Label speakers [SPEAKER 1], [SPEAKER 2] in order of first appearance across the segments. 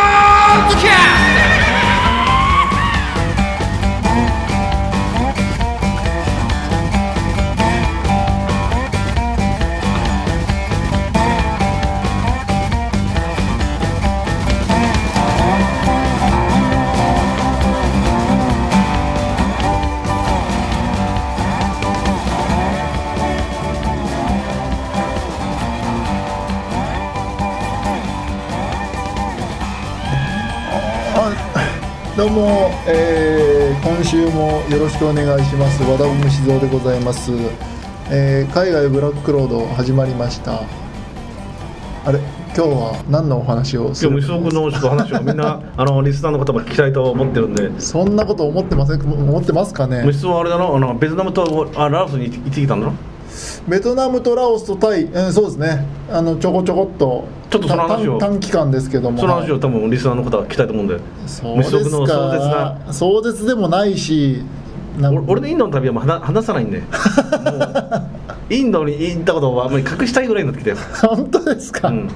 [SPEAKER 1] ッドキャ
[SPEAKER 2] どうも、えー今週もよろしくお願いします和田文静蔵でございます、えー海外ブラックロード始まりましたあれ今日は何のお話をす
[SPEAKER 3] 今日
[SPEAKER 2] る
[SPEAKER 3] も石尾君のお話をみんな あのリスナーの方も聞きたいと思ってるんで
[SPEAKER 2] そんなこと思ってません思ってますかね
[SPEAKER 3] 虫尾はあれだろあのベトナムとあラオスに行ってきたんだろ
[SPEAKER 2] ベトナムとラオスとタイ、うん、そうですねあのちょこちょこっと
[SPEAKER 3] ちょっとその話を
[SPEAKER 2] た短短期間ですけども
[SPEAKER 3] その話を多分リスナーの方は聞きたいと思うんで
[SPEAKER 2] そうです
[SPEAKER 3] 虫尾君の壮絶
[SPEAKER 2] か
[SPEAKER 3] な
[SPEAKER 2] 壮絶でもないしな
[SPEAKER 3] 俺俺のインドの旅はもう話話さないん でもうインドに行ったことはあんまり隠したいぐらいになってきたよ、
[SPEAKER 2] 本当ですか、
[SPEAKER 3] うん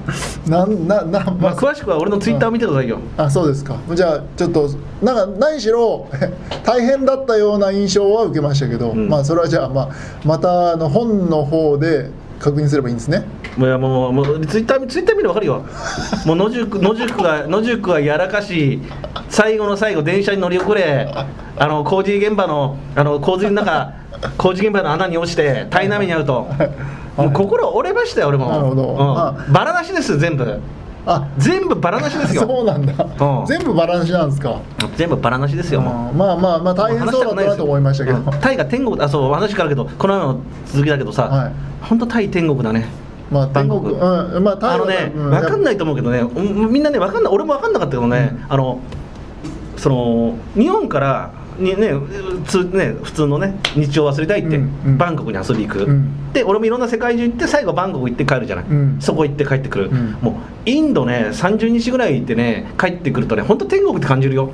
[SPEAKER 2] なんなな
[SPEAKER 3] まあ、詳しくは俺のツイッター見てくださいよ
[SPEAKER 2] あそうですかじゃあちょっとなんか何しろ 大変だったような印象は受けましたけど、
[SPEAKER 3] ん
[SPEAKER 2] まあそれはじゃあ、まあ、またあの本の方で確認すればいいんですね
[SPEAKER 3] もういやもうもうツイッターツイッター見ればわか るよもう野宿野宿が野宿がやらかし最後の最後電車に乗り遅れあの工事現場のあの洪水の 中工事現場の穴に落ちて台南目に遭うと、もう心折れましたよ俺も
[SPEAKER 2] なるほどあ
[SPEAKER 3] うん、バラなしです全部
[SPEAKER 2] あ
[SPEAKER 3] 全部バラなしです
[SPEAKER 2] そう
[SPEAKER 3] よ
[SPEAKER 2] なんだ、
[SPEAKER 3] うん
[SPEAKER 2] 全部バランスなんですか、
[SPEAKER 3] 全部バラなしですよもう
[SPEAKER 2] あーまあまあまあ大変そうだったなと思いましたけど、
[SPEAKER 3] うんタイが天国あそう話変わるけどこの前の続きだけどさ、
[SPEAKER 2] はい
[SPEAKER 3] 本当タイ天国だね
[SPEAKER 2] まあ天国
[SPEAKER 3] バンコ
[SPEAKER 2] うんまあ
[SPEAKER 3] あのね、わかんないと思うけどね、うんみんなね、わかんない、俺もわかんなかったけどね、あの。その、日本から、にね、つ、ね、普通のね、日常を忘れたいって、
[SPEAKER 2] うんうん
[SPEAKER 3] バンコクに遊び行く。
[SPEAKER 2] うん
[SPEAKER 3] で、俺もいろんな世界中行って、最後バンコク行って帰るじゃない、
[SPEAKER 2] うん
[SPEAKER 3] そこ行って帰ってくる、
[SPEAKER 2] うん
[SPEAKER 3] もうインドね、30日ぐらい行ってね、帰ってくるとね、本当天国って感じ るよ。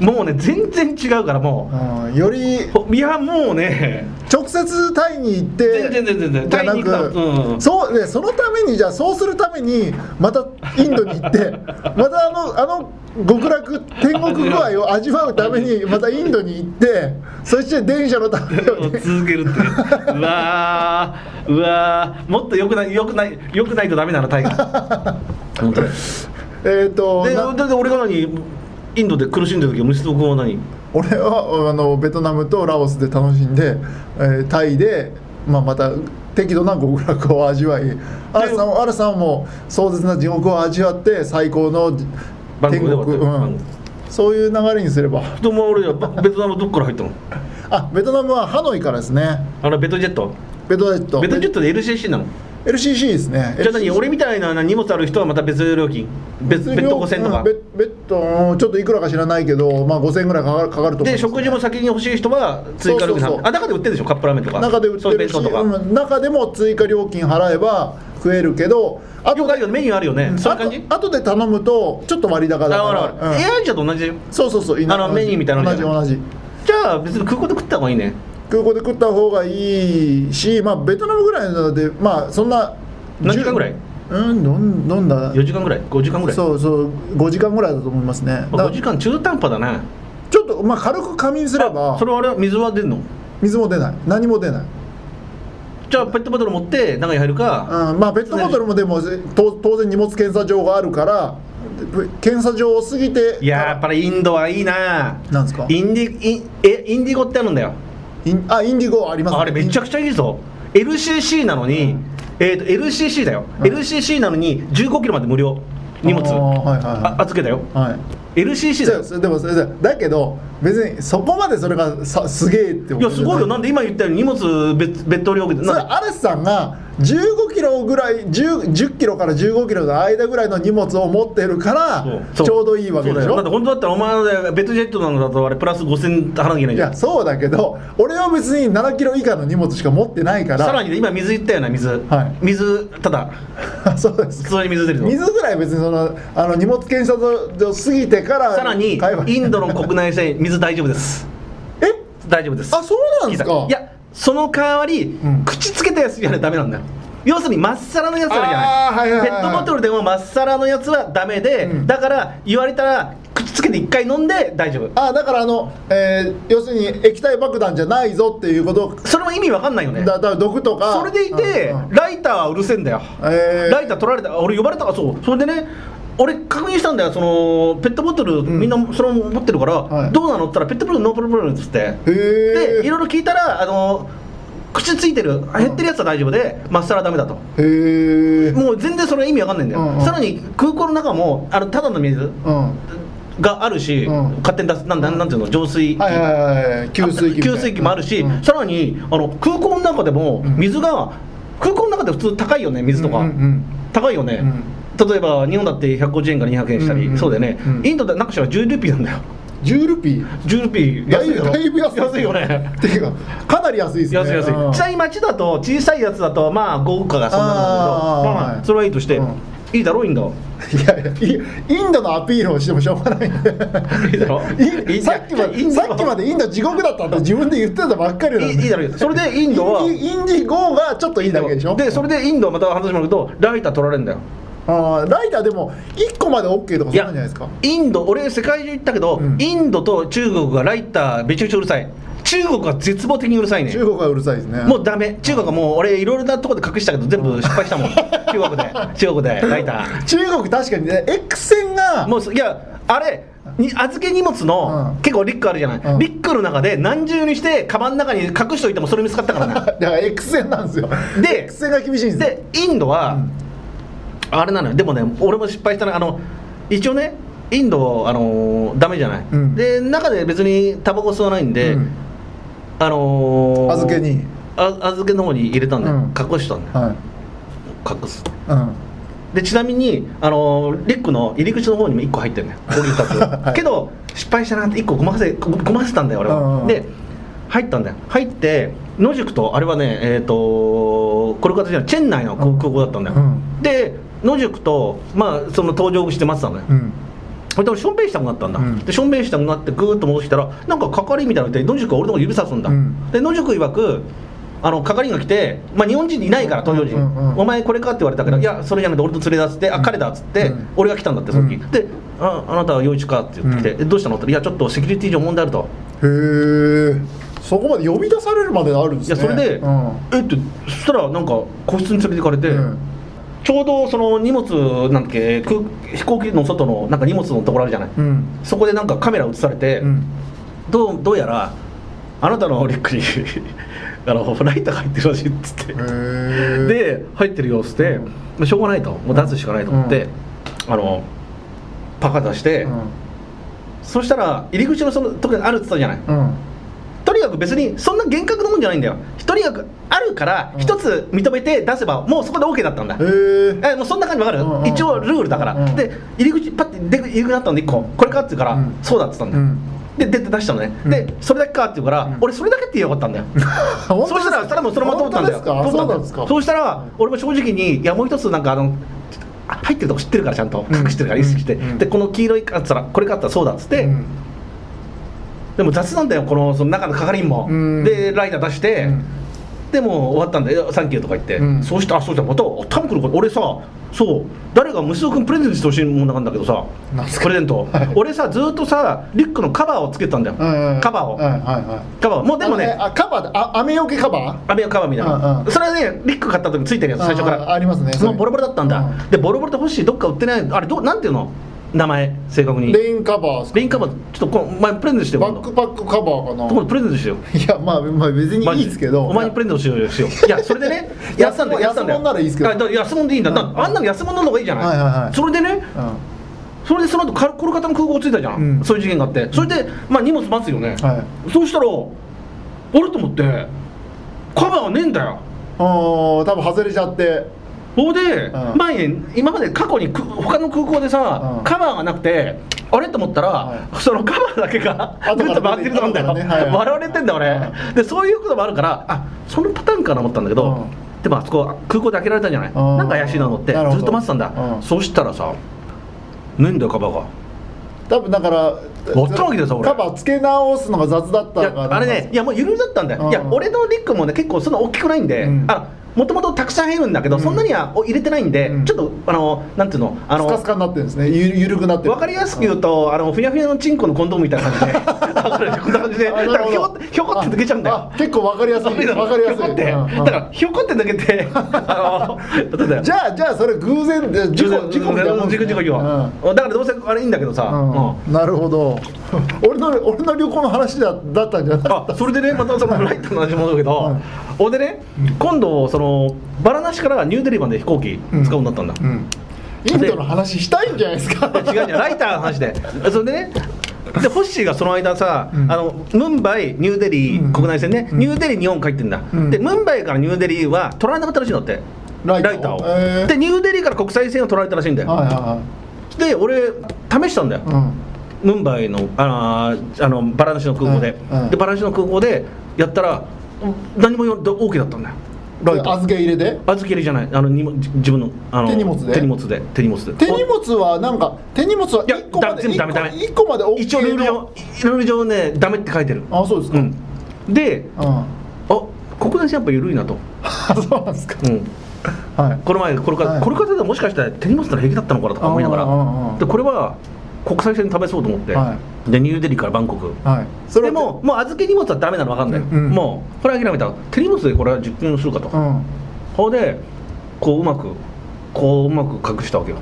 [SPEAKER 3] もうね、全然違うから、も
[SPEAKER 2] あーより
[SPEAKER 3] う、ほいや、もうね。
[SPEAKER 2] 直接タイに行って
[SPEAKER 3] 全然全然全然
[SPEAKER 2] じゃな
[SPEAKER 3] タイに行く
[SPEAKER 2] く、
[SPEAKER 3] うんうん
[SPEAKER 2] そうでそのためにじゃあそうするためにまたインドに行 ってまたあのあの極楽天国具合を味わうためにまたインドに行ってそして電車の旅
[SPEAKER 3] を
[SPEAKER 2] を ね
[SPEAKER 3] 続けるっていうわーうわーもっとよくないよくないよくないとダメなのタイガー本当に
[SPEAKER 2] えっと
[SPEAKER 3] で
[SPEAKER 2] な
[SPEAKER 3] だって俺が何インドで苦しんでる時虫と君は何
[SPEAKER 2] 俺はあのベトナムとラオスで楽しんで、えータイで、まあ、また適度な極楽を味わいアルさんはアルさんも壮絶な地獄を味わって最高の
[SPEAKER 3] バンコ
[SPEAKER 2] 天
[SPEAKER 3] クで終わって
[SPEAKER 2] 国、
[SPEAKER 3] る
[SPEAKER 2] う
[SPEAKER 3] バン
[SPEAKER 2] ん
[SPEAKER 3] コク、
[SPEAKER 2] そういう流れにすれば。
[SPEAKER 3] でお前俺はベトナムどっから入ったの
[SPEAKER 2] あベトナムはハノイからですね
[SPEAKER 3] あのベトジェット
[SPEAKER 2] ベトナムと
[SPEAKER 3] ベトジェットで LCC なの
[SPEAKER 2] LCC ですね
[SPEAKER 3] じゃあ何俺みたいな荷物ある人はまた別料金別別途5000と
[SPEAKER 2] う
[SPEAKER 3] か
[SPEAKER 2] ん別別途うんちょっといくらか知らないけど、まあ、5000ぐらいかかるかかると思い
[SPEAKER 3] で
[SPEAKER 2] ます
[SPEAKER 3] 食事も先に欲しい人は追加
[SPEAKER 2] そ
[SPEAKER 3] 料金
[SPEAKER 2] うそうそう
[SPEAKER 3] あ中で売ってるでしょカップラーメンとか
[SPEAKER 2] 中で売って
[SPEAKER 3] そうい
[SPEAKER 2] る
[SPEAKER 3] う
[SPEAKER 2] し、
[SPEAKER 3] 弁当とか、
[SPEAKER 2] うん中でも追加料金払えば食えるけどあ
[SPEAKER 3] よ
[SPEAKER 2] と
[SPEAKER 3] くあるよねメニューあるよね、
[SPEAKER 2] うん
[SPEAKER 3] そういう感じ
[SPEAKER 2] あと後で頼むとちょっと割高だ
[SPEAKER 3] あ
[SPEAKER 2] か
[SPEAKER 3] ほら
[SPEAKER 2] ら
[SPEAKER 3] ほら
[SPEAKER 2] うん
[SPEAKER 3] エアアジアと同じじ
[SPEAKER 2] そうそうそう
[SPEAKER 3] あのメニューみたいなの
[SPEAKER 2] 同
[SPEAKER 3] ある
[SPEAKER 2] じ
[SPEAKER 3] じ
[SPEAKER 2] 同じ
[SPEAKER 3] ゃんゃあ別に空港で食った方がいいね
[SPEAKER 2] 空港で食った方がいいし、まあ、ベトナムぐらいなのでまあそんな
[SPEAKER 3] 何時間ぐらい
[SPEAKER 2] うん飲ん飲んだ
[SPEAKER 3] 4時間ぐらい5時間ぐらい、
[SPEAKER 2] そうそう5時間ぐらいだと思いますね、
[SPEAKER 3] まあ、
[SPEAKER 2] だ
[SPEAKER 3] 5時間中途半端だね
[SPEAKER 2] ちょっと、まあ、軽く仮眠すれば
[SPEAKER 3] あそれはあれ水は出んの
[SPEAKER 2] 水も出ない何も出ない、
[SPEAKER 3] じゃあペットボトル持って中に入るか、
[SPEAKER 2] うんまあ、ペットボトルもでもと当然荷物検査場があるからで検査場を過ぎて
[SPEAKER 3] いやーやっぱりインドはいいな
[SPEAKER 2] なんですか
[SPEAKER 3] インディインえインディゴってあるんだよ
[SPEAKER 2] インあインディゴありますね
[SPEAKER 3] あれめちゃくちゃいいぞ LCC なのに、えー、と LCC だよ、LCC なのに1 5キロまで無料荷物
[SPEAKER 2] あーはいはい
[SPEAKER 3] あ
[SPEAKER 2] は
[SPEAKER 3] 預けだよ
[SPEAKER 2] いはい
[SPEAKER 3] LCC
[SPEAKER 2] そ
[SPEAKER 3] だよ
[SPEAKER 2] うそれでもそれでだけど別にそこまでそれがさすげえって
[SPEAKER 3] いやすごいよなんんで今言ったように荷物別別途料金
[SPEAKER 2] それ
[SPEAKER 3] なんで
[SPEAKER 2] アレスさんが15キロぐらい10 10キロから15キロの間ぐらいの荷物を持ってるから
[SPEAKER 3] そ
[SPEAKER 2] ちょうどいいわけでし
[SPEAKER 3] そうだよ
[SPEAKER 2] ょ
[SPEAKER 3] だって本当だったらお前のベッドジェットなんかだとあれプラス5000払わなきゃいけない
[SPEAKER 2] い
[SPEAKER 3] じゃん
[SPEAKER 2] やそうだけど俺は別に7キロ以下の荷物しか持ってないから
[SPEAKER 3] さらにね今水言ったよな水、
[SPEAKER 2] はい
[SPEAKER 3] 水ただ
[SPEAKER 2] そうです
[SPEAKER 3] 普通に水出るの
[SPEAKER 2] 水ぐらい別にそのあの荷物検査所過ぎてから
[SPEAKER 3] さらに
[SPEAKER 2] 買えば
[SPEAKER 3] インドの国内線水大丈夫です
[SPEAKER 2] え
[SPEAKER 3] 大丈夫です
[SPEAKER 2] あそうなんですか
[SPEAKER 3] いやその代わり、
[SPEAKER 2] ん
[SPEAKER 3] 口つけたやつじゃないとダメなんだよ要するにまっさらのやつあるじゃない,、
[SPEAKER 2] あーはいはいはい
[SPEAKER 3] ペットボトルでもまっさらのやつはダメで、
[SPEAKER 2] うん
[SPEAKER 3] だから言われたらつけて一回飲んで大丈夫
[SPEAKER 2] あだからあの、えー要するに液体爆弾じゃないぞっていうこと
[SPEAKER 3] それも意味わかんないよね
[SPEAKER 2] だだから毒とか
[SPEAKER 3] それでいて
[SPEAKER 2] うんうん
[SPEAKER 3] ライターはうるせえんだよ
[SPEAKER 2] えー
[SPEAKER 3] ライター取られた俺呼ばれたからそうそれでね俺確認したんだよそのペットボトル
[SPEAKER 2] ん
[SPEAKER 3] みんなそれも持ってるから、
[SPEAKER 2] はい
[SPEAKER 3] どうなのって言ったらペットボトルノープロブレムっつって
[SPEAKER 2] へえ
[SPEAKER 3] でいろいろ聞いたらあの口ついてる減ってるやつは大丈夫でマッサラはダメだと
[SPEAKER 2] へえ
[SPEAKER 3] もう全然それ意味わかんないんだよ、
[SPEAKER 2] うんうん
[SPEAKER 3] さらに空港の中もあのただの水
[SPEAKER 2] うん
[SPEAKER 3] があるし、
[SPEAKER 2] うん
[SPEAKER 3] 勝手に出すなんなんなんていうの浄水器、
[SPEAKER 2] はいはいはいはい給水器みたいな
[SPEAKER 3] 給水器もあるし、
[SPEAKER 2] うん
[SPEAKER 3] さらにあの空港の中でも
[SPEAKER 2] うん
[SPEAKER 3] 水が、空港の中で普通高いよね水とか、
[SPEAKER 2] うんうん
[SPEAKER 3] 高いよね、例えば日本だって150円から200円したり、
[SPEAKER 2] うんうん
[SPEAKER 3] そうだよね、
[SPEAKER 2] うん
[SPEAKER 3] インドでなんかしら10ルピーなんだよ
[SPEAKER 2] うん、10ルピー
[SPEAKER 3] 10ルピー
[SPEAKER 2] だいぶ
[SPEAKER 3] 安いだろ
[SPEAKER 2] だいぶ安い
[SPEAKER 3] 安いよね
[SPEAKER 2] っていうかかなり安いですね
[SPEAKER 3] 安い安い小さい町だと小さいやつだとまあ豪華がそんなもんだけ
[SPEAKER 2] あー
[SPEAKER 3] どまあま
[SPEAKER 2] は
[SPEAKER 3] あ
[SPEAKER 2] い
[SPEAKER 3] それはいいとして、
[SPEAKER 2] うん
[SPEAKER 3] いいだろいいんだろ
[SPEAKER 2] いやいやイインドのアピールをしてもしょうがないんで
[SPEAKER 3] いいだろ
[SPEAKER 2] インさっきま
[SPEAKER 3] いい
[SPEAKER 2] で
[SPEAKER 3] んだろ
[SPEAKER 2] さっきまでインド地獄だったって自分で言ってたばっかり
[SPEAKER 3] い
[SPEAKER 2] なん
[SPEAKER 3] い
[SPEAKER 2] で
[SPEAKER 3] いいだろうそれでインドは
[SPEAKER 2] インディインディゴーがちょっといいだけでしょ
[SPEAKER 3] でそれでインドはまた話もあるとライター取られるんだよ
[SPEAKER 2] あーライターでも1個まで OK とかそうなんじゃないですか
[SPEAKER 3] インド俺世界中行ったけど、
[SPEAKER 2] うん
[SPEAKER 3] インドと中国がライターめちゃくちゃうるさい中国は絶望的にうるさいね
[SPEAKER 2] 中国はうるさいですね
[SPEAKER 3] もうダメ中国はもう俺いろいろなとこで隠したけど全部失敗したもん中国で中国でライター
[SPEAKER 2] 中国確かにね X 線が
[SPEAKER 3] もうすいやあれに預け荷物の、
[SPEAKER 2] うん
[SPEAKER 3] 結構リュックあるじゃない、
[SPEAKER 2] うん
[SPEAKER 3] リュックの中で何重にしてカバンの中に隠しといてもそれ見つかったからな
[SPEAKER 2] だから X 線なんですよ
[SPEAKER 3] で
[SPEAKER 2] X 線が厳しいんですよ
[SPEAKER 3] でインドは、
[SPEAKER 2] うん
[SPEAKER 3] あれなのよでもね俺も失敗したなあの一応ねインドあのーダメじゃない、
[SPEAKER 2] うん
[SPEAKER 3] で中で別にタバコ吸わないんで、
[SPEAKER 2] うん
[SPEAKER 3] あのー
[SPEAKER 2] 預けに
[SPEAKER 3] あ預けの方に入れたんだよ、
[SPEAKER 2] うん
[SPEAKER 3] 隠したんだよ
[SPEAKER 2] はい
[SPEAKER 3] 隠す
[SPEAKER 2] うん
[SPEAKER 3] でちなみにあのーリュックの入り口の方にも1個入ってるのよコーヒー2 つ、
[SPEAKER 2] はい
[SPEAKER 3] けど失敗したなって1個ごまかせごごまかせたんだよ俺
[SPEAKER 2] うんうんう
[SPEAKER 3] は
[SPEAKER 2] ん
[SPEAKER 3] で入ったんだよ入って野宿とあれはねえっ、とコルカタじゃないチェン内の空空港だったんだよ、
[SPEAKER 2] うん
[SPEAKER 3] で野宿とまあその登場して待ってたのよ、
[SPEAKER 2] うん
[SPEAKER 3] それで俺しょんべんしたくなったんだ、
[SPEAKER 2] うん
[SPEAKER 3] でしょんべんしたくなってぐーっと戻してきたらなんか係みたいなのいて野宿は俺のこと指さすんだ、
[SPEAKER 2] うん
[SPEAKER 3] で野宿いわくあの係が来て、まあ、日本人いないから東洋人、
[SPEAKER 2] うんうんうん
[SPEAKER 3] お前これかって言われたから、
[SPEAKER 2] うん
[SPEAKER 3] いやそれじゃなくて俺と連れ出すって、
[SPEAKER 2] う
[SPEAKER 3] あ
[SPEAKER 2] ん
[SPEAKER 3] 彼だっつって、
[SPEAKER 2] うん
[SPEAKER 3] 俺が来たんだってその時、
[SPEAKER 2] うん
[SPEAKER 3] でああなたは陽一かって言ってきて、
[SPEAKER 2] う
[SPEAKER 3] えどうしたのって言ったらいやちょっとセキュリティ上問題あると
[SPEAKER 2] へえそこまで呼び出されるまであるんで
[SPEAKER 3] い
[SPEAKER 2] すね
[SPEAKER 3] やそれで、
[SPEAKER 2] うん
[SPEAKER 3] えってそしたらなんか個室に連れて行かれて、
[SPEAKER 2] うん
[SPEAKER 3] ちょうどその荷物なんだっけ空飛行機の外のなんか荷物のところあるじゃない、
[SPEAKER 2] うん
[SPEAKER 3] そこでなんかカメラ映されて、
[SPEAKER 2] うん
[SPEAKER 3] どうどうやらあなたのリュックに あのライターが入ってるらしいっつって
[SPEAKER 2] へー
[SPEAKER 3] で入ってる様子で、
[SPEAKER 2] うん
[SPEAKER 3] まあしょうがないともう出すしかないと思って、あのパカ出して、
[SPEAKER 2] うん
[SPEAKER 3] そしたら入り口のそのとこにあるって言ったじゃない
[SPEAKER 2] うん
[SPEAKER 3] とにかく別にそんな厳格なもんじゃないんだよとにかくあるから
[SPEAKER 2] うん
[SPEAKER 3] 一つ認めて出せばもうそこで OK だったんだ、
[SPEAKER 2] へえ
[SPEAKER 3] えもうそんな感じわかる、
[SPEAKER 2] うんうん
[SPEAKER 3] 一応ルールだから、
[SPEAKER 2] うん
[SPEAKER 3] で入り口パッて出入り口だったので1個これかって言うから、
[SPEAKER 2] うん
[SPEAKER 3] そうだって言ったんだ
[SPEAKER 2] う
[SPEAKER 3] よ、
[SPEAKER 2] ん
[SPEAKER 3] で出て出したのね、
[SPEAKER 2] うん
[SPEAKER 3] でそれだけかって言うから、
[SPEAKER 2] うん
[SPEAKER 3] 俺それだけって言えばよかったんだよ
[SPEAKER 2] 本当
[SPEAKER 3] そ
[SPEAKER 2] で
[SPEAKER 3] し
[SPEAKER 2] す
[SPEAKER 3] たら多分そのまま通ったんだよ
[SPEAKER 2] 本当ですかそうなんですか
[SPEAKER 3] そうしたら俺も正直にいやもう一つなんかあのあ入ってるとこ知ってるからちゃんと
[SPEAKER 2] うん
[SPEAKER 3] 隠してるから意識して、
[SPEAKER 2] うん
[SPEAKER 3] でこの黄色いかっつったらこれかったらそうだっつって、
[SPEAKER 2] うん
[SPEAKER 3] でも雑なんだよこのその中の係員も、
[SPEAKER 2] うん
[SPEAKER 3] でライター出して、
[SPEAKER 2] うん
[SPEAKER 3] でもう終わったんだよ「サンキュー」とか言って、
[SPEAKER 2] うん
[SPEAKER 3] そうしたあそうじゃまた多分来るから俺さそう誰が虫野君プレゼントしてほしいもんなんだけどさ
[SPEAKER 2] なんすか
[SPEAKER 3] プレゼント、
[SPEAKER 2] はい
[SPEAKER 3] 俺さずっとさリュックのカバーをつけてたんだよ、
[SPEAKER 2] うんうん
[SPEAKER 3] カバーを、
[SPEAKER 2] はいはいはい
[SPEAKER 3] カバーもうでもね
[SPEAKER 2] あカバーであ雨よけカバー
[SPEAKER 3] アメカバーみたいな、
[SPEAKER 2] うんうん
[SPEAKER 3] それはねリュック買った時ついてるやつ最初か
[SPEAKER 2] あ
[SPEAKER 3] ら
[SPEAKER 2] あありますねそ
[SPEAKER 3] も
[SPEAKER 2] れ
[SPEAKER 3] うボロボロだったんだ、
[SPEAKER 2] う
[SPEAKER 3] でボロボロで欲しいどっか売ってないあれどうなんていうの名前正確にレ
[SPEAKER 2] レインカバーっすか
[SPEAKER 3] インカバーちょっとこの前プレゼントしてよ
[SPEAKER 2] バ
[SPEAKER 3] 今度
[SPEAKER 2] ックパックカバーか
[SPEAKER 3] 今
[SPEAKER 2] な
[SPEAKER 3] 度プレゼントしてよ
[SPEAKER 2] いやまあまあ別にいいですけど
[SPEAKER 3] お前にプレゼントしようよしよういやそれでね
[SPEAKER 2] 安
[SPEAKER 3] やってたんだよ
[SPEAKER 2] 安
[SPEAKER 3] やってたんだよ
[SPEAKER 2] 物ならいいですけど
[SPEAKER 3] あだから安物でいいんだだからあんなの安物の方がいいじゃない,、
[SPEAKER 2] はいはいはい
[SPEAKER 3] それでね
[SPEAKER 2] う
[SPEAKER 3] それでその後かコルカタの空港着いたじゃん、
[SPEAKER 2] うん
[SPEAKER 3] そういう事件があってそれでまあ荷物待つよね、
[SPEAKER 2] んはい
[SPEAKER 3] そうしたら俺と思ってカバーがねえんだよ
[SPEAKER 2] おー多分外れちゃって
[SPEAKER 3] ほいで、
[SPEAKER 2] うん
[SPEAKER 3] 前に今まで過去にく他の空港でさ、
[SPEAKER 2] うん
[SPEAKER 3] カバーがなくてあれと思ったら、
[SPEAKER 2] は
[SPEAKER 3] そのカバーだけが
[SPEAKER 2] 後から
[SPEAKER 3] ぐっと回ってるんだよ、
[SPEAKER 2] 後からねはいはい
[SPEAKER 3] 笑われてんだ俺、でそういうこともあるからあそのパターンかな思ったんだけど、でもあそこ空港で開けられたんじゃない、
[SPEAKER 2] ん
[SPEAKER 3] なんか怪しいなと思ってず
[SPEAKER 2] なるほど
[SPEAKER 3] っと待ってたんだ、
[SPEAKER 2] うん
[SPEAKER 3] そしたらさねえんだよカバーが
[SPEAKER 2] 多分だから
[SPEAKER 3] 割ったわけだよそれ
[SPEAKER 2] カバー付け直すのが雑だっ
[SPEAKER 3] い
[SPEAKER 2] た
[SPEAKER 3] や
[SPEAKER 2] のが
[SPEAKER 3] あれねいやもう緩みだったんだよ、
[SPEAKER 2] うん
[SPEAKER 3] いや俺のリュックもね結構そんな大きくないんで、
[SPEAKER 2] うん
[SPEAKER 3] あもともとたくさんいるんだけど、
[SPEAKER 2] うん
[SPEAKER 3] そんなにはお入れてないんで、
[SPEAKER 2] うん
[SPEAKER 3] ちょっとあのなんていうのあ
[SPEAKER 2] スカ
[SPEAKER 3] の
[SPEAKER 2] スカになってるんですねゆゆるくなってる
[SPEAKER 3] わかりやすく言うと、あのふにゃふにゃのチンコのコンドームみたいな感じで、わかるこんな感じで、だ
[SPEAKER 2] あ
[SPEAKER 3] か
[SPEAKER 2] なる
[SPEAKER 3] ら
[SPEAKER 2] ほ
[SPEAKER 3] ひ
[SPEAKER 2] ど
[SPEAKER 3] ょこってひょこって抜けちゃうんだよ
[SPEAKER 2] あ。結構わかりやすいわかりやすい
[SPEAKER 3] ひょこって、
[SPEAKER 2] うんうん
[SPEAKER 3] だからひょこって抜けて、あの、だって
[SPEAKER 2] じゃあじゃあそれ偶然で事故事故みたいなもんですね
[SPEAKER 3] 事故事故事故
[SPEAKER 2] うん
[SPEAKER 3] だからどうせあれいいんだけどさ、うん
[SPEAKER 2] うんなるほど俺の俺の旅行の話だだったんじゃなかっ
[SPEAKER 3] あそれでねまたそのライトの話戻るけど、ほんでね今度そのバラナシからニューデリーまで飛行機使うようになったんだ、
[SPEAKER 2] た、うん、インドの話したいんじゃないですか
[SPEAKER 3] 違う違うライターの話でそれでねでホッシーがその間さ、
[SPEAKER 2] うん
[SPEAKER 3] あのムンバイニューデリ
[SPEAKER 2] うん
[SPEAKER 3] ー国内線ね、
[SPEAKER 2] うん
[SPEAKER 3] ニューデリー日本帰ってんだ、
[SPEAKER 2] うん
[SPEAKER 3] でムンバイからニューデリーは取られなかったらしいのって
[SPEAKER 2] ラ
[SPEAKER 3] ラ
[SPEAKER 2] イ
[SPEAKER 3] イ
[SPEAKER 2] タ
[SPEAKER 3] タ
[SPEAKER 2] ー
[SPEAKER 3] ー
[SPEAKER 2] を
[SPEAKER 3] を、
[SPEAKER 2] へー
[SPEAKER 3] でニューデリーから国際線を取られたらしいんだよ、
[SPEAKER 2] はいは
[SPEAKER 3] で俺試したんだよ
[SPEAKER 2] い、はい
[SPEAKER 3] ムンバイのあーあのバラナシの空港で、
[SPEAKER 2] うんうん
[SPEAKER 3] でバラナシの空港でやったら何も言われて OK だったんだよ
[SPEAKER 2] うん
[SPEAKER 3] ライ
[SPEAKER 2] で
[SPEAKER 3] ター
[SPEAKER 2] 預け入れで
[SPEAKER 3] 預け入れじゃないあのにもじ自分のあの
[SPEAKER 2] 手荷物で
[SPEAKER 3] 手荷物で手荷物で
[SPEAKER 2] 手荷物はなんか手荷物はい
[SPEAKER 3] や
[SPEAKER 2] 1個ま
[SPEAKER 3] だ
[SPEAKER 2] で
[SPEAKER 3] 全部ダメダメ
[SPEAKER 2] 一個一個まで OK の
[SPEAKER 3] 一応ルール上ルール上ねダメって書いてる
[SPEAKER 2] あそうですか、
[SPEAKER 3] うんで
[SPEAKER 2] うん
[SPEAKER 3] あ国内線やっぱ緩いなと、
[SPEAKER 2] あそうなんです か
[SPEAKER 3] うん、
[SPEAKER 2] はい
[SPEAKER 3] この前これから、
[SPEAKER 2] はい
[SPEAKER 3] これからもしかしたら手荷物なら平気だったのかなとか思いなが
[SPEAKER 2] うんうんうん
[SPEAKER 3] らでこれは国際線試そうと思って、
[SPEAKER 2] は
[SPEAKER 3] でニューデリーからバンコク
[SPEAKER 2] はいそ
[SPEAKER 3] で
[SPEAKER 2] は
[SPEAKER 3] ももう預け荷物はダメなの分かんない、
[SPEAKER 2] うん
[SPEAKER 3] もうこれ諦めた手荷物でこれは実験をするかと、
[SPEAKER 2] う
[SPEAKER 3] こ
[SPEAKER 2] ん
[SPEAKER 3] こでこううまくこううまく隠した わけよ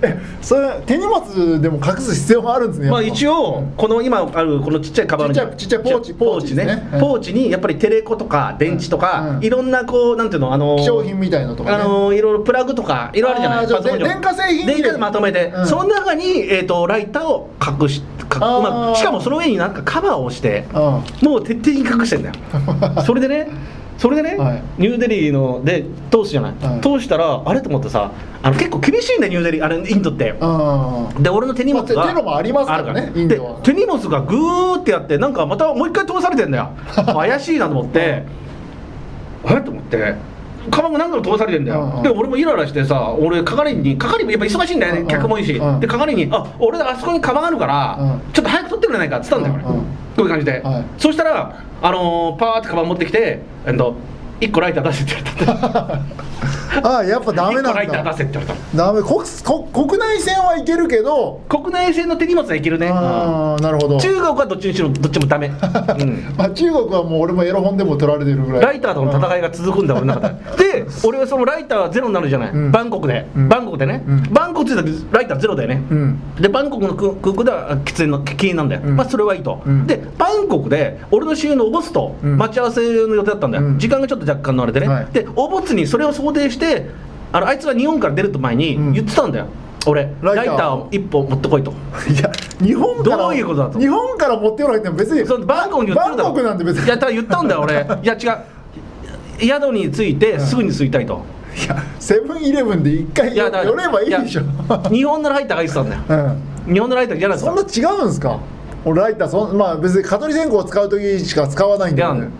[SPEAKER 2] えそれ手荷物でも隠す必要もあるんですね
[SPEAKER 3] まあ一
[SPEAKER 2] 応
[SPEAKER 3] 応この今あるこのちっちゃいカバンに
[SPEAKER 2] ちっちゃいちっちゃいポーチポーチですねう
[SPEAKER 3] ポ
[SPEAKER 2] ん
[SPEAKER 3] ポーチにやっぱりテレコとか電池と
[SPEAKER 2] うん
[SPEAKER 3] か、
[SPEAKER 2] うん
[SPEAKER 3] いろんなこうなんていうのあの
[SPEAKER 2] 貴重品みたいなのとか
[SPEAKER 3] あ
[SPEAKER 2] ね、
[SPEAKER 3] のいろいろプラグとかいろいろあるじゃな
[SPEAKER 2] あー
[SPEAKER 3] い
[SPEAKER 2] じゃあ
[SPEAKER 3] パソコン上
[SPEAKER 2] で電化製品
[SPEAKER 3] 電化でまとめて、
[SPEAKER 2] うん
[SPEAKER 3] その中に、えー、とライターを隠し隠
[SPEAKER 2] あー
[SPEAKER 3] まあ、しかもその上になんかカバーをして
[SPEAKER 2] うん
[SPEAKER 3] もう徹底的に隠し てんだよそれでねそれでね、
[SPEAKER 2] はい
[SPEAKER 3] ニューデリーので通すじゃない、
[SPEAKER 2] はい
[SPEAKER 3] 通したらあれと思ってさあの結構厳しいんだよニューデリーあれインドって、
[SPEAKER 2] うん
[SPEAKER 3] で俺の手荷物 が、
[SPEAKER 2] まあテテロもありますからね
[SPEAKER 3] あるら
[SPEAKER 2] インドは
[SPEAKER 3] で手荷物がグーってやってなんかまたもう一回通されてん だよ怪しいなと思ってあれと思ってカバンが何度も通されてんだよ、
[SPEAKER 2] うんうん
[SPEAKER 3] で俺もイライラしてさ俺係員に係もやっぱ忙しいんだよね、
[SPEAKER 2] うんうん
[SPEAKER 3] 客もいいし、
[SPEAKER 2] うん
[SPEAKER 3] で係員に「あ俺あそこにカバンあるから、
[SPEAKER 2] うん
[SPEAKER 3] ちょっと早く取ってくれないか」っつったんだよ俺、
[SPEAKER 2] うんうん
[SPEAKER 3] こういう感じで、
[SPEAKER 2] はい
[SPEAKER 3] そしたらあのーパーってカバン持ってきてえっと1個ライター出せって言われたんだよ
[SPEAKER 2] ああやっぱダメなん
[SPEAKER 3] 1個ライター
[SPEAKER 2] だ
[SPEAKER 3] 出せって言われた
[SPEAKER 2] ダメ国国国内線はいけるけど
[SPEAKER 3] 国内線の手荷物はいけるね、うん
[SPEAKER 2] ああなるほど
[SPEAKER 3] 中国はどっちにしろどっちもダメ、うん
[SPEAKER 2] まあ、中国はもう俺もエロ本でも取られてるぐらい
[SPEAKER 3] ライターとの戦いが続くんだ俺の中でで俺はそのライターはゼロになるじゃない、
[SPEAKER 2] うん
[SPEAKER 3] バンコクで、
[SPEAKER 2] うん
[SPEAKER 3] バンコクでね、
[SPEAKER 2] うん
[SPEAKER 3] バンコクでライターゼロだよね、
[SPEAKER 2] うん
[SPEAKER 3] でバンコクの空空港では喫煙の禁煙なんだよ、
[SPEAKER 2] うん
[SPEAKER 3] まあそれはいいと、
[SPEAKER 2] うん
[SPEAKER 3] でバンコクで俺の親友のおぼつと
[SPEAKER 2] うん
[SPEAKER 3] 待ち合わせの予定だったんだよ、
[SPEAKER 2] うん
[SPEAKER 3] 時間がちょっと若干のあれでね、
[SPEAKER 2] はい
[SPEAKER 3] でおぼつにそれを想定してあのあいつが日本から出ると前に
[SPEAKER 2] うん
[SPEAKER 3] 言ってたんだよ、俺
[SPEAKER 2] ライター
[SPEAKER 3] ライターを一本持ってこいと
[SPEAKER 2] いや日本から
[SPEAKER 3] どういうことだと
[SPEAKER 2] 日本から持っておられても別に
[SPEAKER 3] そうバンコクに言ってるだろ
[SPEAKER 2] バンコクなんて別に
[SPEAKER 3] いやだから言ったんだ よ俺いや違う宿に着いてすぐに着いたいと、
[SPEAKER 2] いやセブンイレブンで一回
[SPEAKER 3] いやだから
[SPEAKER 2] 寄ればいいでし ょう
[SPEAKER 3] いや日本のライターが言ってたんだよ
[SPEAKER 2] ん
[SPEAKER 3] 日本のライター嫌なんです
[SPEAKER 2] そん
[SPEAKER 3] よ
[SPEAKER 2] な違うんですか俺ライターそんまあ別に蚊取り線香を使う時しか使わないんだよ
[SPEAKER 3] いや
[SPEAKER 2] ね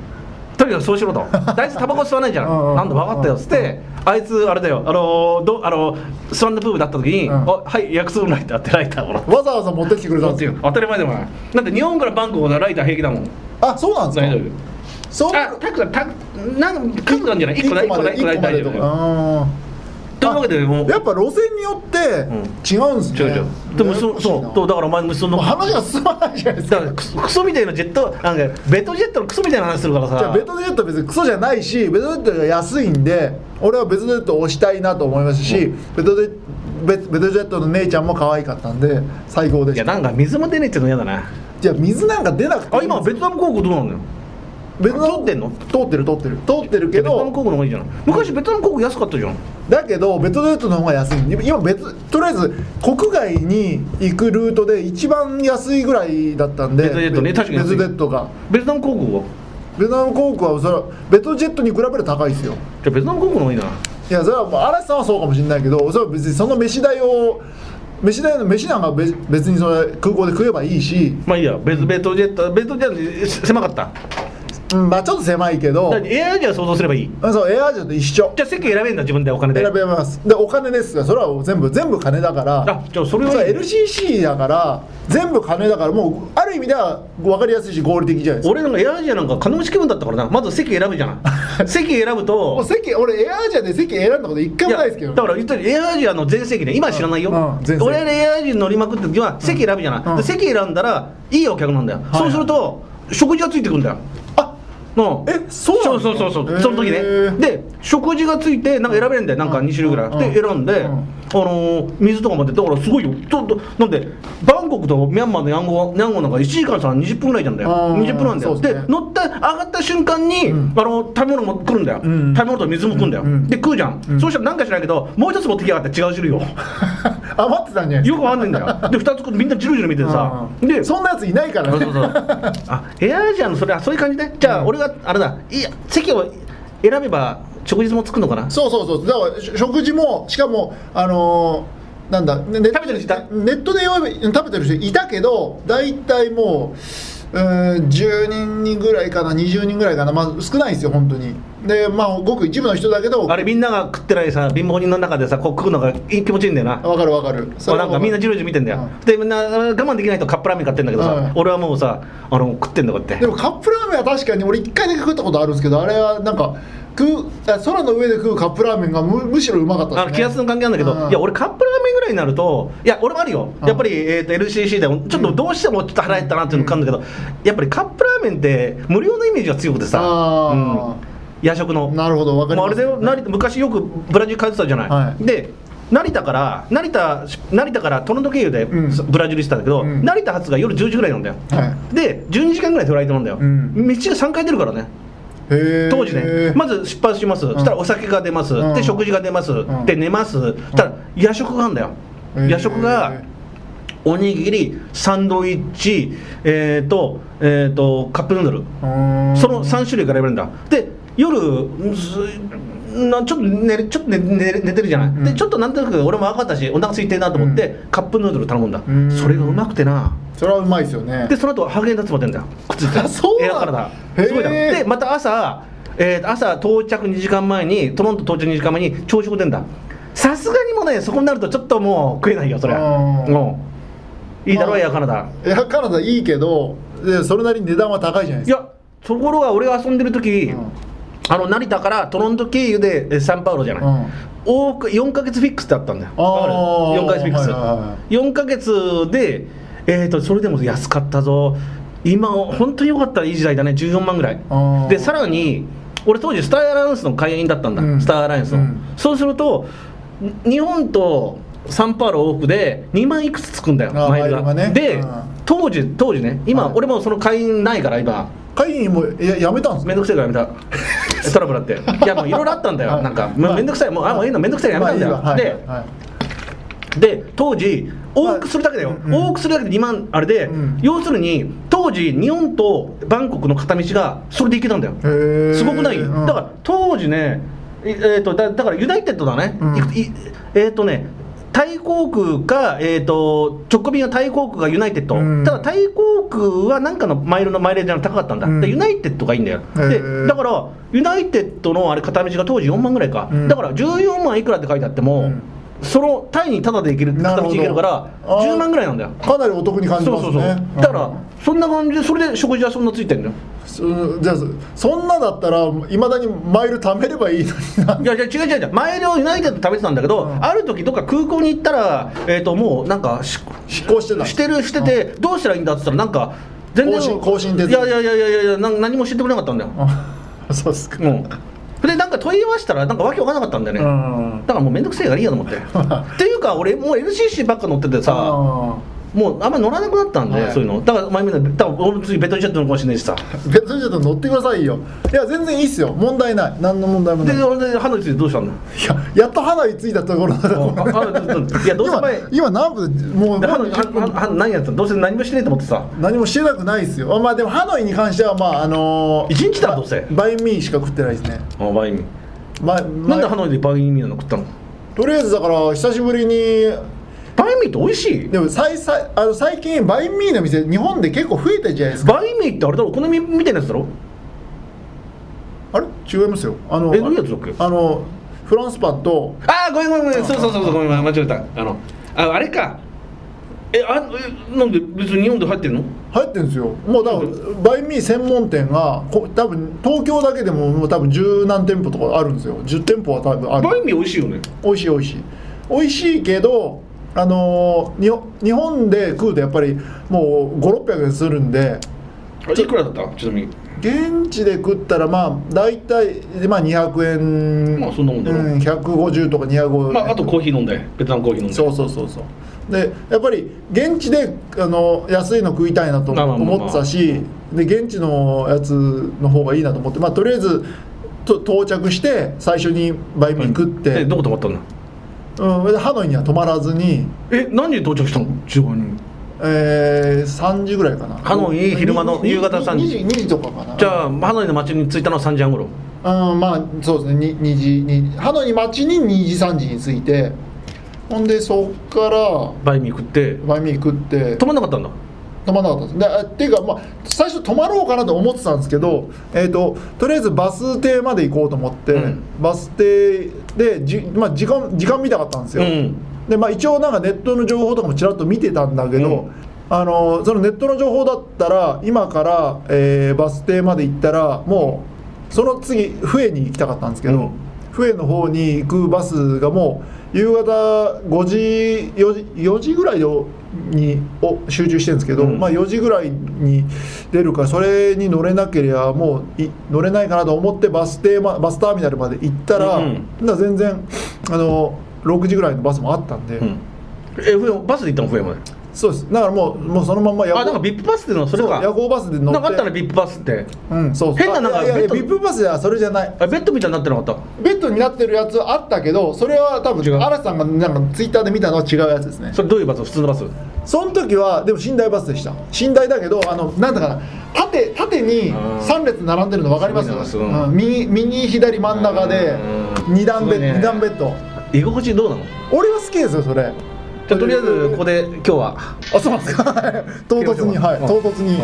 [SPEAKER 3] とにかくそうしろとあいつタバコ吸わないじゃ
[SPEAKER 2] うんうんうん
[SPEAKER 3] んなんだ分かったよっつってあいつあれだよあのーどあのースワンダプーブだった時に「
[SPEAKER 2] うん
[SPEAKER 3] あはい約束のライター」ってライターをもらって
[SPEAKER 2] わざわざ持ってきてくれたんですよ
[SPEAKER 3] 当たり前だよお前だって日本からバンコクのライター平気だもん
[SPEAKER 2] あそうなん
[SPEAKER 3] 大
[SPEAKER 2] です
[SPEAKER 3] 丈
[SPEAKER 2] か
[SPEAKER 3] 夫
[SPEAKER 2] そう
[SPEAKER 3] あタクさんタクなんかタクさんじゃない1個だ1個だ1個だ
[SPEAKER 2] ま
[SPEAKER 3] 大
[SPEAKER 2] で
[SPEAKER 3] 丈
[SPEAKER 2] とか
[SPEAKER 3] 夫というわけでも
[SPEAKER 2] う
[SPEAKER 3] うん
[SPEAKER 2] やっぱ路線によって違うんです
[SPEAKER 3] 違
[SPEAKER 2] ね、
[SPEAKER 3] う違うでもそ
[SPEAKER 2] ややこしいな
[SPEAKER 3] そうとだからお前虫その
[SPEAKER 2] もう話が進まないじゃないです
[SPEAKER 3] だ
[SPEAKER 2] か
[SPEAKER 3] からクソクソみたいなジェットなんかベトジェットのクソみたいな話するからさ
[SPEAKER 2] じゃあベトデジェットは別にクソじゃないしベトデジェットが安いんで俺はベトデジェットを推したいなと思いますし、ベトデベベトジェットの姉ちゃんも可愛かったんで最高で
[SPEAKER 3] い
[SPEAKER 2] し
[SPEAKER 3] や
[SPEAKER 2] た
[SPEAKER 3] なんか水も出ねえっていうの嫌だな
[SPEAKER 2] じゃあ水なんか出なくていい
[SPEAKER 3] あ今ベトナム高校どうなんだよ
[SPEAKER 2] ベトナム
[SPEAKER 3] 通ってんの
[SPEAKER 2] 通ってる通ってる通ってるけ
[SPEAKER 3] ベトナム
[SPEAKER 2] ど
[SPEAKER 3] 高校の方がいいじゃん昔ベトナム高校安かったじゃん
[SPEAKER 2] だけどベトデジェットの方が安い今今ベトとりあえず国外に行くルートで一番安いぐらいだったんで
[SPEAKER 3] ベトデジェットね確かに
[SPEAKER 2] ベ
[SPEAKER 3] 安
[SPEAKER 2] ト
[SPEAKER 3] い
[SPEAKER 2] デジェットが
[SPEAKER 3] ベトナム高校は
[SPEAKER 2] ベトナム航空はそれはベトジェットに比べると高いですよ
[SPEAKER 3] じゃあベトナム高校の方がいいない
[SPEAKER 2] やそれはもう嵐さんはそうかもしれないけどそれは別にその飯代を飯代の飯なんか別別にそれ空港で食えばいいし
[SPEAKER 3] まあいいやベトベトジェットベトジェット狭かった
[SPEAKER 2] うん、まあちょっと狭いけど
[SPEAKER 3] だってエアアジア想像すればいい
[SPEAKER 2] あそうエアアジアと一緒
[SPEAKER 3] じゃあ席選べんだ自分でお金で
[SPEAKER 2] 選べますでお金ですがそれは全部全部金だから
[SPEAKER 3] あじゃあそれ
[SPEAKER 2] そう
[SPEAKER 3] は
[SPEAKER 2] LCC だから全部金だからもうある意味では分かりやすいし合理的じゃないですか
[SPEAKER 3] 俺なんかエアアジアなんか金持ち気分だったからなまず席選ぶじ ゃない席選ぶ
[SPEAKER 2] もう
[SPEAKER 3] と
[SPEAKER 2] 席俺エアアジアで席選んだこと一回もないですけど
[SPEAKER 3] いやだから言ったらエアアジアの全席ね今は知らないよ、
[SPEAKER 2] うんうん全席
[SPEAKER 3] 俺がエアアジアに乗りまくった時は席選ぶじゃない、
[SPEAKER 2] うん
[SPEAKER 3] で席選んだらいいお客なんだよ、
[SPEAKER 2] い
[SPEAKER 3] そうすると食事がついてくるんだよ
[SPEAKER 2] あ
[SPEAKER 3] うん
[SPEAKER 2] えそうな
[SPEAKER 3] そ
[SPEAKER 2] んです
[SPEAKER 3] うそ
[SPEAKER 2] か
[SPEAKER 3] うそうそう、
[SPEAKER 2] へー
[SPEAKER 3] その時ねで食事がついてなんか選べるんだよなんか
[SPEAKER 2] うん
[SPEAKER 3] 2種類ぐらい、
[SPEAKER 2] うん
[SPEAKER 3] で選んで、
[SPEAKER 2] うん
[SPEAKER 3] あのー水とかも出てだからすごいよちょっとなんでバンコクとミャンマーのヤンゴンヤンゴンなんか1時間さ20分ぐらいなんだよ
[SPEAKER 2] うん
[SPEAKER 3] 20分なんだよ
[SPEAKER 2] そうです
[SPEAKER 3] で
[SPEAKER 2] ね
[SPEAKER 3] 乗った上がった瞬間に、
[SPEAKER 2] うん
[SPEAKER 3] あの食べ物も来るんだよ、
[SPEAKER 2] うん
[SPEAKER 3] 食べ物と水も来るんだよ、
[SPEAKER 2] うん
[SPEAKER 3] で食うじゃん、
[SPEAKER 2] うん
[SPEAKER 3] そうしたらなんか知らんけどもう一つ持ってきやがって違う種類を
[SPEAKER 2] 余ってたんじゃないです
[SPEAKER 3] よくわかんないんだよで2つこうみんなジュルジュル見て
[SPEAKER 2] か
[SPEAKER 3] さ、
[SPEAKER 2] うん
[SPEAKER 3] で
[SPEAKER 2] そんなやついないから
[SPEAKER 3] そう
[SPEAKER 2] ね
[SPEAKER 3] そうそう あエアアジアのそれはそういう感じねじゃあ俺があれだいや席を選べば食事もつくのかな
[SPEAKER 2] そうそうそうだからし食事もしかもあのーなんだねネ
[SPEAKER 3] 食べてる人いた
[SPEAKER 2] ネットで言えば食べてる人いたけど大体もううーん10人ぐらいかな20人ぐらいかな、まあ、少ないんですよ本当にでまあごく一部の人だけど
[SPEAKER 3] あ
[SPEAKER 2] わ
[SPEAKER 3] れみんなが食ってないさ貧乏人の中でさこう食うのがいい気持ちいいんだよな
[SPEAKER 2] かるわかる
[SPEAKER 3] そうなんかみんなジュルジュル見てんだよ、でみんな我慢できないとカップラーメン買ってんだけどさ、
[SPEAKER 2] うん
[SPEAKER 3] 俺はもうさあの食ってんだこうやって
[SPEAKER 2] でもカップラーメンは確かに俺一回だけ食ったことあるんですけどあれはなんか食うあ空の上で食うカップラーメンがむむしろうまかった
[SPEAKER 3] あの気圧の関係なんだけど、
[SPEAKER 2] うん
[SPEAKER 3] いや俺カップラーメンぐらいになるといや俺もあるよ、
[SPEAKER 2] うん
[SPEAKER 3] やっぱり、えー、と LCC でもちょっとどうしてもちょっと腹減ったなっていうのがあるんだけど、やっぱりカップラーメンって無料のイメージが強くてさ、
[SPEAKER 2] あー
[SPEAKER 3] うん夜食の
[SPEAKER 2] なるほどわかり
[SPEAKER 3] もうあ
[SPEAKER 2] ま
[SPEAKER 3] れ
[SPEAKER 2] す
[SPEAKER 3] で成田昔よくブラジル通ってたじゃない、
[SPEAKER 2] はい
[SPEAKER 3] で成田から成田成田からトロント経由で
[SPEAKER 2] うん
[SPEAKER 3] ブラジルしてたんだけど、
[SPEAKER 2] うん
[SPEAKER 3] 成田発が夜10時ぐらいなんだよ
[SPEAKER 2] はい
[SPEAKER 3] で12時間ぐらいフライトなんだよ、
[SPEAKER 2] うん
[SPEAKER 3] 道が3回出るからね
[SPEAKER 2] へー
[SPEAKER 3] 当時ねまず出発します、そしたらお酒が出ます、
[SPEAKER 2] うん
[SPEAKER 3] で食事が出ます、
[SPEAKER 2] ん
[SPEAKER 3] で寝ます、そしたら夜食があるんだよ、
[SPEAKER 2] へー
[SPEAKER 3] 夜食がおにぎりサンドイッチえっ、とえっ、とカップヌードル
[SPEAKER 2] うーん
[SPEAKER 3] その3種類から選べるんだで夜すなちょっと寝るちょっと寝寝寝てるじゃない、
[SPEAKER 2] うん
[SPEAKER 3] でちょっとなんとなく俺も赤かったしお腹空いてるなと思って、カップヌードル頼むんだ、
[SPEAKER 2] ん
[SPEAKER 3] それがうまくてな
[SPEAKER 2] それはうまいですよね
[SPEAKER 3] でその後ハーゲンダッツも出るんだよ靴下
[SPEAKER 2] そうな
[SPEAKER 3] エ
[SPEAKER 2] の
[SPEAKER 3] アからだ
[SPEAKER 2] へー
[SPEAKER 3] すごいだろでまた朝、えーと朝到着2時間前にトロント到着2時間前に朝食出るんださすがにもうねそこになるとちょっともう食えないよそれ
[SPEAKER 2] あー
[SPEAKER 3] もうんいいだろ
[SPEAKER 2] まあ
[SPEAKER 3] エアからだ
[SPEAKER 2] エアカナダいいけどでそれなりに値段は高いじゃない
[SPEAKER 3] い
[SPEAKER 2] ですか
[SPEAKER 3] やところが俺が遊んでる時、
[SPEAKER 2] うん
[SPEAKER 3] あの成田からトロント経由でえーサンパウロじゃない、
[SPEAKER 2] うん
[SPEAKER 3] 多く4か月フィックスってあったんだよ
[SPEAKER 2] あー
[SPEAKER 3] わかる4か月フィックス、
[SPEAKER 2] はいはいは
[SPEAKER 3] 4か月で、えー、とそれでも安かったぞ今本当によかったらいい時代だね14万ぐらい
[SPEAKER 2] あー
[SPEAKER 3] でさらに俺当時スターアライアンスの会員だったんだ、
[SPEAKER 2] うん
[SPEAKER 3] スターアライアンスの、
[SPEAKER 2] うん
[SPEAKER 3] そうするとに日本とサンパウロ往復で2万いくつつくんだよ
[SPEAKER 2] あー
[SPEAKER 3] マイルが
[SPEAKER 2] マイルがね
[SPEAKER 3] で、
[SPEAKER 2] うん
[SPEAKER 3] 当時当時ね今、
[SPEAKER 2] はい
[SPEAKER 3] 俺もその会員ないから今
[SPEAKER 2] 会議もややめたんですか
[SPEAKER 3] めんどくせえからや めたトラブルあっていやもういろいろあったんだよ
[SPEAKER 2] はい
[SPEAKER 3] なんか
[SPEAKER 2] はい
[SPEAKER 3] めめんどくさいもうあもういいのめんどくさいからやめたんだよ、
[SPEAKER 2] まあいいわ
[SPEAKER 3] で、
[SPEAKER 2] はいはい
[SPEAKER 3] で当時多くするだけだよ、
[SPEAKER 2] うんうん
[SPEAKER 3] 多くするだけで2万あれで、
[SPEAKER 2] うん
[SPEAKER 3] 要するに当時日本とバンコクの片道がそれで行けたんだよ
[SPEAKER 2] へー
[SPEAKER 3] すごくない、
[SPEAKER 2] うん
[SPEAKER 3] だから当時ねいえー、とだだからユナイテッドだね、
[SPEAKER 2] うん
[SPEAKER 3] いくいえっ、とねタイ航空か、えー、と直便はタイ航空がユナイテッド、
[SPEAKER 2] うん
[SPEAKER 3] ただタイ航空はなんかのマイルのマイレージが高かったんだ、
[SPEAKER 2] うん
[SPEAKER 3] でユナイテッドがいいんだよ、
[SPEAKER 2] へー
[SPEAKER 3] でだからユナイテッドのあれ片道が当時4万ぐらいか、
[SPEAKER 2] うん
[SPEAKER 3] だから14万いくらって書いてあっても、
[SPEAKER 2] うん
[SPEAKER 3] そのタイにタダで行ける
[SPEAKER 2] な
[SPEAKER 3] 片
[SPEAKER 2] る
[SPEAKER 3] 道
[SPEAKER 2] ほど
[SPEAKER 3] 行けるから
[SPEAKER 2] あー
[SPEAKER 3] 10万ぐらいなんだよ
[SPEAKER 2] かなりお得に感じ
[SPEAKER 3] そ
[SPEAKER 2] ま
[SPEAKER 3] う
[SPEAKER 2] す
[SPEAKER 3] そ
[SPEAKER 2] ね
[SPEAKER 3] うそうだからそんな感じでそれで食事はそんなついてるんだよ
[SPEAKER 2] うんじゃあそんなだったらいまだにマイル貯めればいいのにない
[SPEAKER 3] やいや違う違う違う前のユナイテッド食べてたんだけど、
[SPEAKER 2] うん
[SPEAKER 3] ある時どっか空港に行ったらえっ、ともうなんかし
[SPEAKER 2] 飛行してた
[SPEAKER 3] してるしてて、どうしたらいいんだって言ったらなんか全
[SPEAKER 2] 更
[SPEAKER 3] 然
[SPEAKER 2] 新更新です
[SPEAKER 3] いやいやいやいやいやな何も教えてくれなかったんだよ
[SPEAKER 2] あそうっすか
[SPEAKER 3] うんそれでなんか問い合わせたらなんかわけわかんなかったんだよね、
[SPEAKER 2] うん
[SPEAKER 3] だからもうめんどくせえからいいやと思っ てっていうか俺もう LCC ばっか乗っててさ、
[SPEAKER 2] あ
[SPEAKER 3] もうあんまり乗らなくなったんで、
[SPEAKER 2] はい
[SPEAKER 3] そういうのだから前みんな多分俺次ベトジェットのかもしれないしさ
[SPEAKER 2] 別にちょっと乗ってくださいよいや全然いいっすよ問題ない何の問題もない
[SPEAKER 3] で
[SPEAKER 2] いや
[SPEAKER 3] 俺で歯の位置でどう したんだ
[SPEAKER 2] やっと花火ついたところだ
[SPEAKER 3] あ
[SPEAKER 2] これ
[SPEAKER 3] 歯の位置でいやどうせ
[SPEAKER 2] 今
[SPEAKER 3] 前
[SPEAKER 2] 今何分もう
[SPEAKER 3] で歯の歯歯何やってたのどうせ何もしてねえと思ってさ
[SPEAKER 2] 何もしてなくないですよあまあでもハノイに関してはまああのー、
[SPEAKER 3] 一日だろどうせ
[SPEAKER 2] バインミーしか食ってないですね、
[SPEAKER 3] あバインミ
[SPEAKER 2] まあ、
[SPEAKER 3] ーなんで
[SPEAKER 2] まあ
[SPEAKER 3] 歯の位置でバインミーなの食ったの
[SPEAKER 2] とりあえずだから久しぶりに
[SPEAKER 3] バインミーって美味しい
[SPEAKER 2] でもさいさいあの最近バインミーの店日本で結構増えてるじゃないですか
[SPEAKER 3] バインミーってあれだろお好みみたいなやつだろ
[SPEAKER 2] あれ違いますよあの
[SPEAKER 3] えどういうやつだっけ
[SPEAKER 2] あのフランスパンと
[SPEAKER 3] ああごめんごめんごめんそうそうそうそうごめん間違えたあのああれかえあえなんで別に日本で入ってんの
[SPEAKER 2] 入ってるんですよもう多分バインミー専門店がこ多分東京だけでももう多分十何店舗とかあるんですよ10店舗は多分あ
[SPEAKER 3] バイ
[SPEAKER 2] る
[SPEAKER 3] ンミー美味しいよね
[SPEAKER 2] 美味しい美味しい美味しいけどあのー、にほ日本で食うとやっぱりもう5600円するんで
[SPEAKER 3] あいくらだったちなみに
[SPEAKER 2] 現地で食ったらまあ大体、まあ、200円
[SPEAKER 3] まあそんなもんだろ
[SPEAKER 2] うん、150とか250円
[SPEAKER 3] まああとコーヒー飲んでベトナムコーヒー飲んで
[SPEAKER 2] そうそうそうそうでやっぱり現地であの安いの食いたいなと
[SPEAKER 3] まあまあまあまあ
[SPEAKER 2] 思ってたしで現地のやつの方がいいなと思ってまあとりあえずと到着して最初にバインミー食って、
[SPEAKER 3] えどこ泊まったんだ
[SPEAKER 2] うん、でハノイには泊まらずに、
[SPEAKER 3] え何時に到着したの地方に
[SPEAKER 2] えー、3時ぐらいかな
[SPEAKER 3] ハノイ昼間の
[SPEAKER 2] に
[SPEAKER 3] 夕方3時
[SPEAKER 2] に 2, 時2時とかかな
[SPEAKER 3] じゃあハノイの街に着いたのは3時半頃
[SPEAKER 2] あまあそうですねに2時にハノイ町に2時3時に着いてほんでそっから
[SPEAKER 3] バインミー食って
[SPEAKER 2] バインミー食って
[SPEAKER 3] 泊まんなかったんだ
[SPEAKER 2] 止まらなかったんですであっていうか、まあ、最初止まろうかなと思ってたんですけど、えー、ととりあえずバス停まで行こうと思って、
[SPEAKER 3] うん
[SPEAKER 2] バス停でじ、まあ、時間時間見たかったんです
[SPEAKER 3] う
[SPEAKER 2] よ、
[SPEAKER 3] ん
[SPEAKER 2] でまあ、一応なんかネットの情報とかもちらっと見てたんだけど、
[SPEAKER 3] うん
[SPEAKER 2] あのそのネットの情報だったら今から、えーバス停まで行ったらもうその次笛に行きたかったんですけど、
[SPEAKER 3] うん
[SPEAKER 2] 笛の方に行くバスがもう夕方5時4時 ,4 時ぐらいにを集中してるんですけど、
[SPEAKER 3] うん
[SPEAKER 2] まあ、4時ぐらいに出るからそれに乗れなければもうい乗れないかなと思ってバス停、ま、バスターミナルまで行ったら,、
[SPEAKER 3] うん
[SPEAKER 2] 全然あの6時ぐらいのバスもあったんで。
[SPEAKER 3] うんえ冬バスで行ったの冬まで
[SPEAKER 2] そうですだからもうもうそのまんま夜
[SPEAKER 3] あなんかビップバスっていうのはそれ
[SPEAKER 2] そう夜
[SPEAKER 3] か
[SPEAKER 2] 行バスで乗って
[SPEAKER 3] なかったねビップバスって
[SPEAKER 2] うんそうそう
[SPEAKER 3] 変ななんか
[SPEAKER 2] あいやい
[SPEAKER 3] ベ
[SPEAKER 2] や
[SPEAKER 3] ッド
[SPEAKER 2] ビップバスではそれじゃない
[SPEAKER 3] あベッドみたいになってなかった
[SPEAKER 2] ベッドになってるやつあったけどそれは多
[SPEAKER 3] 違う
[SPEAKER 2] 分嵐さんがなんかツイッターで見たのは違うやつですね
[SPEAKER 3] それどういうバス普通のバス
[SPEAKER 2] その時はでも寝台バスでした寝台だけどあのなんだかな縦縦に
[SPEAKER 3] うん
[SPEAKER 2] 3列並んでるの分かります
[SPEAKER 3] すごいなすごい
[SPEAKER 2] うん右右左真ん中で
[SPEAKER 3] うん
[SPEAKER 2] 2段ベ
[SPEAKER 3] すごいね
[SPEAKER 2] ッド二段ベッド
[SPEAKER 3] 居心地どうなの
[SPEAKER 2] 俺は好きですよそれ
[SPEAKER 3] じゃあとりあえずここで今日は
[SPEAKER 2] あそうなんですか唐突にはい
[SPEAKER 3] うん
[SPEAKER 2] 唐突に
[SPEAKER 3] うん